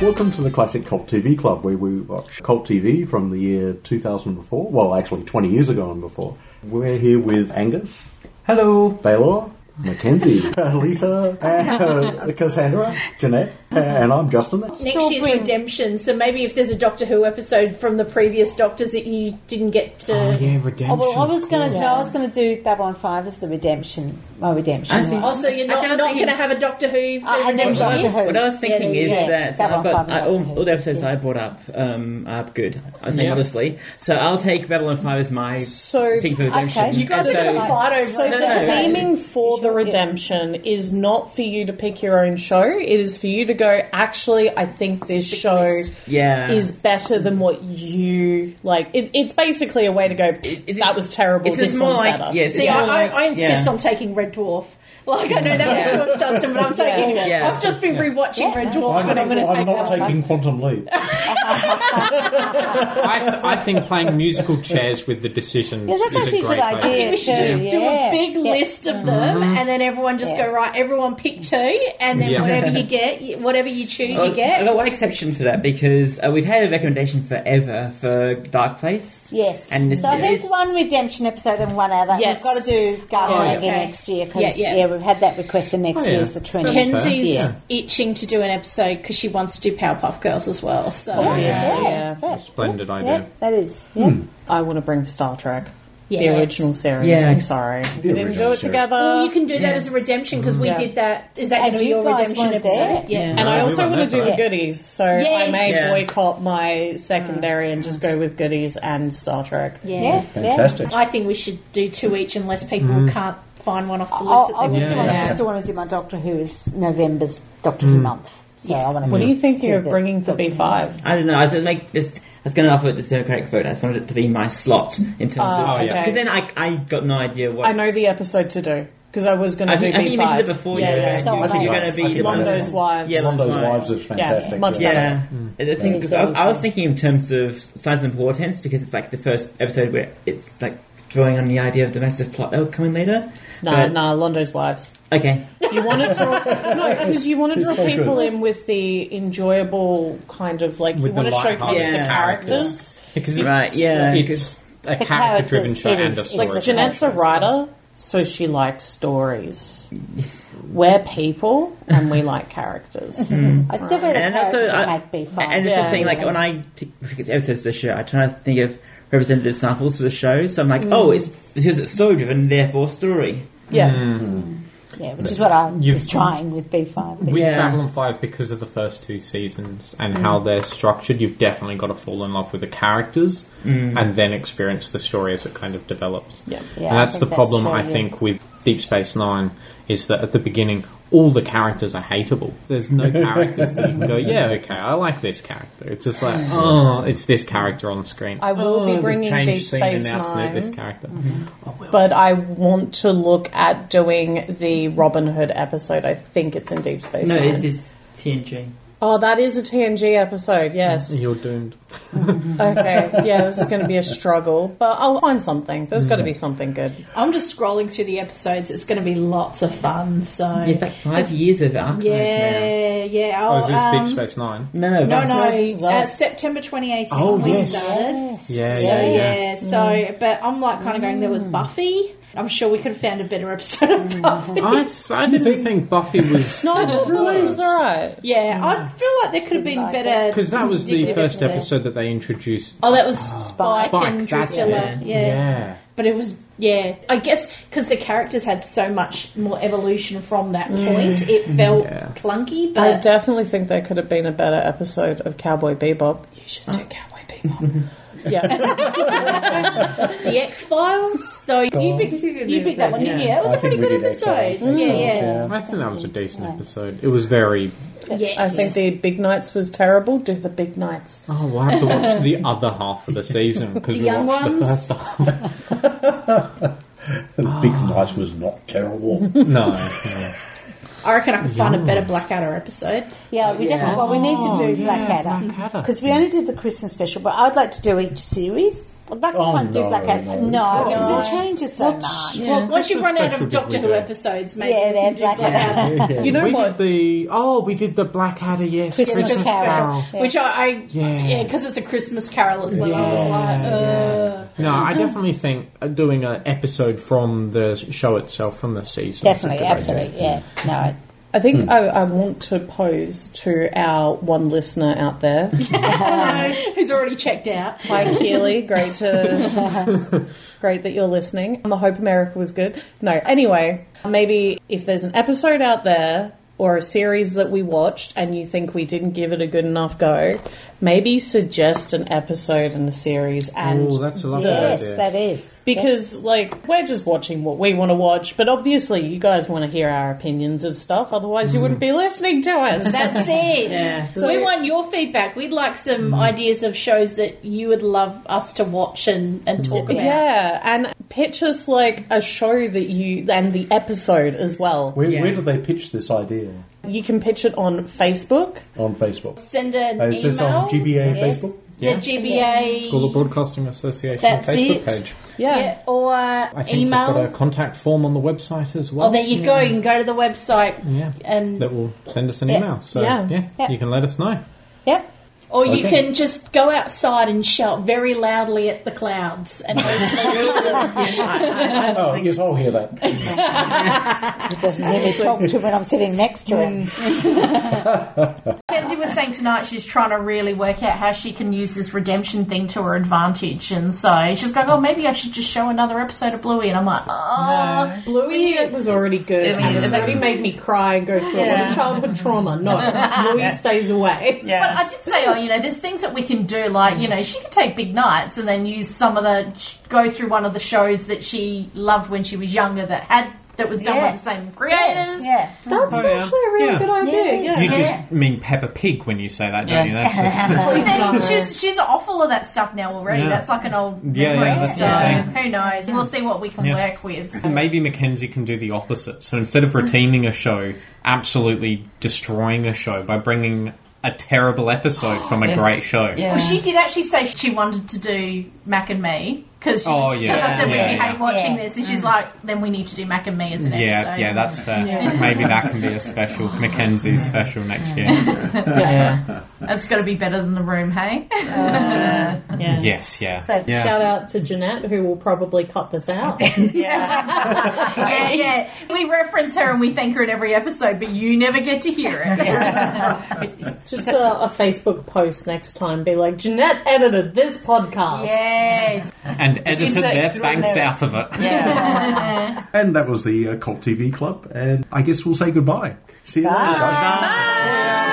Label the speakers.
Speaker 1: Welcome to the Classic Cult TV Club, where we watch Cult TV from the year 2004. Well, actually, 20 years ago and before. We're here with Angus,
Speaker 2: Hello.
Speaker 1: Baylor, Mackenzie, uh, Lisa, uh, Cassandra, Jeanette, uh, and I'm Justin.
Speaker 3: Next
Speaker 4: Still
Speaker 3: year's
Speaker 4: bring-
Speaker 3: redemption. So maybe if there's a Doctor Who episode from the previous Doctors that you didn't get to,
Speaker 2: Oh yeah, redemption.
Speaker 4: Oh, well, I was
Speaker 2: of
Speaker 4: gonna,
Speaker 2: course.
Speaker 4: no, I was gonna do Babylon Five as the redemption, my redemption.
Speaker 5: I see.
Speaker 4: one.
Speaker 3: also you're not,
Speaker 5: Actually, I was
Speaker 3: not
Speaker 5: thinking-
Speaker 3: going to have a Doctor Who for
Speaker 4: I- I never
Speaker 3: redemption.
Speaker 4: got Doctor Who.
Speaker 5: What I was thinking
Speaker 3: Yeah,
Speaker 5: is
Speaker 4: yeah, yeah.
Speaker 5: that
Speaker 4: That
Speaker 5: I've
Speaker 4: one,
Speaker 5: got
Speaker 4: Five and
Speaker 5: I, all,
Speaker 4: Doctor Who.
Speaker 5: all the episodes I brought up um, are good. I think
Speaker 2: Yeah.
Speaker 5: honestly, so I'll take Babylon Five as my
Speaker 6: So,
Speaker 5: thing for redemption.
Speaker 4: okay. You
Speaker 3: You guys
Speaker 5: And
Speaker 3: are going to
Speaker 5: so-
Speaker 3: fight over
Speaker 6: so
Speaker 3: it.
Speaker 6: the
Speaker 5: no, no.
Speaker 6: theming for the redemption is not for you to pick your own show. It is for you to go. Actually, I think this show
Speaker 5: yeah,
Speaker 6: is better than what you like. It, it's basically a way to go.
Speaker 5: It- it's-
Speaker 6: that was terrible.
Speaker 5: it's
Speaker 6: This
Speaker 5: more
Speaker 6: one's
Speaker 5: like
Speaker 6: better.
Speaker 5: yes,
Speaker 3: See,
Speaker 5: it's
Speaker 3: I,
Speaker 5: more
Speaker 3: I,
Speaker 5: like,
Speaker 3: I insist
Speaker 5: yeah.
Speaker 3: on taking Red Dwarf. Like I know that was yours, Justin, but I'm taking it.
Speaker 5: Yeah.
Speaker 3: I've just been rewatching
Speaker 4: Yeah,
Speaker 3: Red
Speaker 4: no.
Speaker 3: Dwarf, but I'm going to
Speaker 1: I'm
Speaker 3: take
Speaker 1: not
Speaker 3: that.
Speaker 1: taking Quantum Leap.
Speaker 2: I, th- I think playing musical chairs with the decisions
Speaker 4: Yeah, that's
Speaker 2: is
Speaker 4: actually
Speaker 2: a
Speaker 4: a
Speaker 2: great
Speaker 4: good idea.
Speaker 3: I
Speaker 2: idea.
Speaker 3: think we should just
Speaker 4: Yeah.
Speaker 3: do a big
Speaker 4: Yeah.
Speaker 3: list
Speaker 5: Mm-hmm.
Speaker 3: of them,
Speaker 6: Mm-hmm.
Speaker 3: and then everyone just
Speaker 4: Yeah.
Speaker 3: go right. Everyone pick two, and then
Speaker 2: Yeah.
Speaker 3: whatever you get, you- whatever you choose,
Speaker 4: Oh,
Speaker 3: you
Speaker 5: I've got
Speaker 3: get.
Speaker 5: one exception for that because uh, we've had a recommendation forever for Dark Place.
Speaker 4: Yes.
Speaker 5: And this
Speaker 4: so I
Speaker 5: is-
Speaker 4: think one redemption episode and one other.
Speaker 6: Yes.
Speaker 4: We've got to do Gargoyle
Speaker 2: Oh, yeah.
Speaker 4: again
Speaker 3: Okay.
Speaker 4: next year because
Speaker 3: Yeah,
Speaker 4: yeah,
Speaker 3: yeah.
Speaker 4: we've had that request and next
Speaker 2: Oh, yeah.
Speaker 4: year is the 20th.
Speaker 2: That's fair.
Speaker 3: Kenzie's
Speaker 2: Yeah.
Speaker 3: itching to do an episode because she wants to do Powerpuff Girls as well. So
Speaker 4: Oh, Yeah,
Speaker 6: Yeah.
Speaker 4: yeah, fair.
Speaker 2: Splendid
Speaker 4: Yeah,
Speaker 2: idea. Hmm.
Speaker 4: that is. Yeah.
Speaker 6: I want to bring Star Trek.
Speaker 3: Yeah.
Speaker 6: The original series.
Speaker 5: Yeah.
Speaker 6: I'm sorry. we didn't
Speaker 1: original
Speaker 6: do it
Speaker 1: series.
Speaker 6: together.
Speaker 3: Well, you can do that as a redemption because we
Speaker 6: Yeah.
Speaker 3: did that. Is that
Speaker 4: And
Speaker 3: going to be
Speaker 4: you
Speaker 3: your
Speaker 4: guys
Speaker 3: redemption
Speaker 4: weren't there.
Speaker 3: episode? Yeah.
Speaker 6: And
Speaker 2: No,
Speaker 6: I
Speaker 2: we
Speaker 6: also
Speaker 2: won't
Speaker 6: want to
Speaker 2: know
Speaker 6: do the
Speaker 2: that.
Speaker 6: goodies, so
Speaker 3: Yes. Mm.
Speaker 6: I may
Speaker 5: Yeah.
Speaker 6: boycott my secondary and just go with goodies and Star Trek.
Speaker 3: Yeah.
Speaker 4: Yeah,
Speaker 1: Fantastic.
Speaker 3: I think we should do two each unless people
Speaker 6: Mm-hmm.
Speaker 3: can't find one off the
Speaker 4: yeah.
Speaker 3: list.
Speaker 4: I'll,
Speaker 3: that
Speaker 4: I'll
Speaker 3: they
Speaker 4: just
Speaker 3: want
Speaker 2: Yeah.
Speaker 4: do, my- I still want to do my Doctor Who is November's Doctor Who month. So I want to
Speaker 6: What are you thinking
Speaker 4: Yeah.
Speaker 6: of bringing for B five?
Speaker 5: I don't know. I was gonna make this. I was going to offer it to Democratic vote. I just wanted it to be my slot in terms
Speaker 6: Oh,
Speaker 5: of
Speaker 6: okay.
Speaker 5: because then I, I got no idea what
Speaker 6: I know the episode to do because I was going
Speaker 5: I
Speaker 6: to do
Speaker 5: think, I think
Speaker 6: B
Speaker 5: you mentioned
Speaker 6: five.
Speaker 5: it before.
Speaker 6: Yeah,
Speaker 5: Yeah,
Speaker 6: yeah.
Speaker 4: So
Speaker 5: I think you're
Speaker 4: nice.
Speaker 5: going to be
Speaker 1: I think
Speaker 6: Londo's
Speaker 1: Yeah.
Speaker 6: Wives.
Speaker 5: Yeah,
Speaker 1: Londo's
Speaker 5: Londo's
Speaker 1: Wives is fantastic.
Speaker 6: much
Speaker 1: yeah.
Speaker 6: better.
Speaker 5: Yeah, the thing
Speaker 6: Yeah.
Speaker 5: because I, I was thinking in terms of size and importance because it's like the first episode where it's like drawing on the idea of the massive plot that will come in later.
Speaker 6: Nah,
Speaker 5: But-
Speaker 6: nah, Londo's Wives.
Speaker 5: Okay,
Speaker 6: You want to draw no, because you want to
Speaker 1: It's
Speaker 6: draw
Speaker 1: so good.
Speaker 6: people in with the enjoyable kind of like
Speaker 2: With
Speaker 6: you
Speaker 2: the
Speaker 6: want to showcase
Speaker 2: lighthearted
Speaker 6: the
Speaker 5: characters.
Speaker 6: characters.
Speaker 2: Because it-
Speaker 5: Right, yeah,
Speaker 2: it's a character-driven
Speaker 4: characters,
Speaker 2: show
Speaker 4: it
Speaker 2: and a
Speaker 4: is.
Speaker 2: story.
Speaker 6: Like Jeanette's a writer, so she likes stories. We're people, and we like characters.
Speaker 4: I'd still rather
Speaker 5: and also
Speaker 4: characters
Speaker 5: I-
Speaker 4: that might be fine.
Speaker 5: and it's
Speaker 6: Yeah.
Speaker 5: the thing like when I t- pick episodes of the show, I try to think of representative samples for the show. So I'm like, oh, it's because it's story driven, therefore story.
Speaker 6: Yeah,
Speaker 4: yeah, which is what I was
Speaker 2: You've-
Speaker 4: trying with B5.
Speaker 2: With
Speaker 5: Yeah.
Speaker 2: Babylon 5, because of the first two seasons and
Speaker 4: Mm.
Speaker 2: how they're structured, you've definitely got to fall in love with the characters
Speaker 5: Mm.
Speaker 2: and then experience the story as it kind of develops.
Speaker 6: Yeah.
Speaker 4: Yeah,
Speaker 2: and
Speaker 4: I
Speaker 2: that's the
Speaker 4: think that's
Speaker 2: problem,
Speaker 4: true,
Speaker 2: I
Speaker 4: yeah.
Speaker 2: think, with Deep Space Nine is that at the beginning, all the characters are hateable. There's no characters that you can go, yeah, okay, I like this character. It's just like, oh, it's this character on screen.
Speaker 6: I will
Speaker 2: oh, Mm-hmm.
Speaker 6: be
Speaker 2: this
Speaker 6: bringing
Speaker 2: change
Speaker 6: Deep
Speaker 2: scene
Speaker 6: Space
Speaker 2: announced that
Speaker 6: Nine.
Speaker 2: This character.
Speaker 6: but I want to look at doing the Robin Hood episode. I think it's in Deep Space
Speaker 5: No,
Speaker 6: Nine.
Speaker 5: it's, it's TNG.
Speaker 6: oh, that is a TNG episode. Yes.
Speaker 2: You're doomed.
Speaker 6: okay. Yeah, this is going to be a struggle, but I'll find something. There's got to be something good.
Speaker 3: I'm just scrolling through the episodes. It's going to be lots of fun. So
Speaker 5: It's like five years of archives now.
Speaker 3: yeah, yeah.
Speaker 2: Oh, is this
Speaker 3: um,
Speaker 2: Deep Space Nine?
Speaker 5: No, no,
Speaker 3: No,
Speaker 5: Vice.
Speaker 3: no.
Speaker 6: Right.
Speaker 3: Uh, September 2018
Speaker 2: Oh,
Speaker 3: we
Speaker 2: yes.
Speaker 3: started.
Speaker 2: Yeah,
Speaker 3: So
Speaker 2: yeah,
Speaker 3: yeah,
Speaker 2: yeah.
Speaker 3: so but I'm like kind of going. There was Buffy. I'm sure we could have found a better episode of Buffy.
Speaker 2: I, I didn't think Buffy was
Speaker 6: No, I thought Blue was all right.
Speaker 3: Yeah, I feel like there could have been
Speaker 4: like
Speaker 3: better
Speaker 2: because that was the
Speaker 3: indicative
Speaker 2: first episode that they introduced.
Speaker 3: Oh, that was Spike,
Speaker 2: Spike,
Speaker 3: and
Speaker 2: that's
Speaker 3: Drusilla.
Speaker 5: it.
Speaker 3: Yeah. but it was yeah. I guess because the characters had so much more evolution from that point, it felt
Speaker 2: Yeah.
Speaker 3: clunky.
Speaker 6: I
Speaker 3: But
Speaker 6: definitely think there could have been a better episode of Cowboy Bebop. You should do Cowboy Bebop. yeah.
Speaker 3: the X Files, though, you picked, you picked that one, didn't you?
Speaker 5: Yeah.
Speaker 3: That was
Speaker 1: I
Speaker 3: a pretty
Speaker 1: think we
Speaker 3: good
Speaker 1: did
Speaker 3: episode.
Speaker 1: X-Files.
Speaker 3: Yeah,
Speaker 1: X-Files,
Speaker 3: yeah.
Speaker 2: I think that was a decent episode. It was very.
Speaker 3: Yes.
Speaker 6: I think the Big Nights was terrible. Do the Big Nights.
Speaker 2: Oh, we'll have to watch the other half of the season because
Speaker 3: The
Speaker 2: we
Speaker 3: young
Speaker 2: watched the
Speaker 3: ones?
Speaker 2: first half.
Speaker 1: The Big Night was not terrible.
Speaker 2: No, no.
Speaker 3: I reckon I can find a better Blackadder episode.
Speaker 4: Yeah, we definitely. Well, we need to do Blackadder
Speaker 2: Blackadder.
Speaker 4: because we only did the Christmas special, but I would like to do each series. I'd like to
Speaker 7: Oh,
Speaker 4: find
Speaker 7: no,
Speaker 4: duplicate.
Speaker 7: no,
Speaker 4: No,
Speaker 7: no.
Speaker 4: because
Speaker 3: No.
Speaker 4: it changes so much.
Speaker 3: Well, once you
Speaker 2: Christmas
Speaker 3: run out
Speaker 2: special
Speaker 3: of
Speaker 2: did
Speaker 3: Doctor
Speaker 2: we
Speaker 3: Who
Speaker 2: do?
Speaker 3: episodes, maybe
Speaker 4: Yeah,
Speaker 3: you
Speaker 4: they're
Speaker 3: can do
Speaker 4: black
Speaker 3: Black Adam.
Speaker 6: You know
Speaker 2: we
Speaker 6: what?
Speaker 2: did the oh, we did the Black Adder, yes,
Speaker 4: Christmas
Speaker 2: Christmas
Speaker 4: Carol.
Speaker 2: Carol.
Speaker 4: Yeah.
Speaker 3: Which I, I
Speaker 2: Yeah.
Speaker 3: yeah, because it's a Christmas Carol as well. I was like,
Speaker 2: Yeah,
Speaker 3: uh,
Speaker 2: No, I definitely think uh, doing an episode from the show itself, from the season, is a
Speaker 4: Definitely,
Speaker 2: good idea.
Speaker 4: absolutely, yeah. No, I-
Speaker 6: I think I, I want to pose to our one listener out there,
Speaker 3: who's already checked out.
Speaker 6: Hi Keely, great to great that you're listening. I hope America was good. No, anyway, maybe if there's an episode out there or a series that we watched and you think we didn't give it a good enough go, maybe suggest an episode and a series and
Speaker 2: Oh, that's a lovely
Speaker 4: yes,
Speaker 2: idea.
Speaker 4: that is.
Speaker 6: because like we're just watching what we want to watch, but obviously you guys want to hear our opinions of stuff, otherwise you wouldn't be listening to us.
Speaker 3: That's it.
Speaker 6: Yeah.
Speaker 3: So we want your feedback. We'd like some
Speaker 2: Mm.
Speaker 3: ideas of shows that you would love us to watch and, and
Speaker 2: Mm.
Speaker 3: talk about.
Speaker 6: Yeah, and pitch us like a show that you and the episode as well.
Speaker 7: Where,
Speaker 5: Yeah.
Speaker 7: where did they pitch this idea
Speaker 6: You can pitch it on Facebook.
Speaker 7: on Facebook?
Speaker 3: Send
Speaker 2: Oh,
Speaker 3: an
Speaker 7: Uh, Is this
Speaker 3: email.
Speaker 7: on GBA
Speaker 4: Yes.
Speaker 7: Facebook?
Speaker 3: The
Speaker 2: Yeah.
Speaker 3: GBA.
Speaker 2: School of Broadcasting Association
Speaker 3: That's
Speaker 2: Facebook
Speaker 3: it.
Speaker 2: page.
Speaker 6: Yeah.
Speaker 3: Yeah, or
Speaker 2: I think we've got a
Speaker 3: email.
Speaker 2: contact form on the website as well.
Speaker 3: Oh, there you go. You can go to the website,
Speaker 2: yeah,
Speaker 3: and
Speaker 2: that will send us an
Speaker 4: Yeah.
Speaker 2: email. So
Speaker 6: Yeah.
Speaker 2: yeah.
Speaker 4: Yeah.
Speaker 2: you can let us know.
Speaker 4: Yep.
Speaker 3: or you
Speaker 7: Okay.
Speaker 3: can just go outside and shout very loudly at the clouds. And
Speaker 7: Oh, yes, I'll hear that.
Speaker 4: It doesn't hear me talk to when I'm sitting next to him.
Speaker 3: Kenzie was saying tonight she's trying to really work out how she can use this redemption thing to her advantage, and so she's going, "Oh, maybe I should just show another episode of Bluey." And I'm like, "Oh,
Speaker 6: Uh, Bluey it was already good.
Speaker 5: I mean,
Speaker 6: it already made me cry and go through a lot
Speaker 3: Yeah.
Speaker 6: of childhood trauma. No, Bluey stays away.
Speaker 3: But I did say, oh, you know, there's things that we can do. Like,
Speaker 4: Mm.
Speaker 3: you know, she could take big nights and then use some of the go through one of the shows that she loved when she was younger that had that was done by
Speaker 4: Yeah.
Speaker 3: the same creators.
Speaker 4: Yeah.
Speaker 6: That's
Speaker 2: Oh, yeah.
Speaker 6: actually a really
Speaker 2: Yeah.
Speaker 6: good idea.
Speaker 4: Yeah.
Speaker 6: Yeah.
Speaker 2: You
Speaker 4: Yeah.
Speaker 2: just mean Peppa Pig when you say that, don't you? That's
Speaker 3: But then she's she's awful of that stuff now already.
Speaker 2: Yeah.
Speaker 3: That's like an old
Speaker 2: Yeah, yeah,
Speaker 3: memory.
Speaker 2: that's
Speaker 3: so
Speaker 2: the thing.
Speaker 3: who knows? We'll see what we can
Speaker 2: Yeah.
Speaker 3: work with.
Speaker 2: And Maybe Mackenzie can do the opposite. So instead of retaining a show, absolutely destroying a show by bringing a terrible episode from a great show.
Speaker 5: Yeah.
Speaker 3: Well, she did actually say she wanted to do Mac and Me because
Speaker 2: Oh,
Speaker 3: because
Speaker 2: yeah.
Speaker 3: I said
Speaker 2: Yeah,
Speaker 3: we
Speaker 2: yeah.
Speaker 3: hate watching
Speaker 4: Yeah. Mm.
Speaker 3: this, and she's like, then we need to do Mac and Me as an
Speaker 2: Yeah,
Speaker 3: episode.
Speaker 2: yeah, that's fair. Maybe that can be a special Mackenzie's special next year.
Speaker 3: that's got to be better than the room, hey?
Speaker 6: Yeah.
Speaker 2: Yes, yeah,
Speaker 4: So,
Speaker 2: yeah.
Speaker 6: Shout out to Jeanette, who will probably cut this out.
Speaker 3: yeah, yeah. We reference her and we thank her in every episode, but you never get to hear it.
Speaker 6: Just a, a Facebook post next time. Be like, Jeanette edited this podcast.
Speaker 3: yes.
Speaker 2: And edited their
Speaker 5: extraordinary.
Speaker 2: bang south of it.
Speaker 1: And that was the uh, Cult TV Club. And I guess we'll say goodbye. See you later, guys.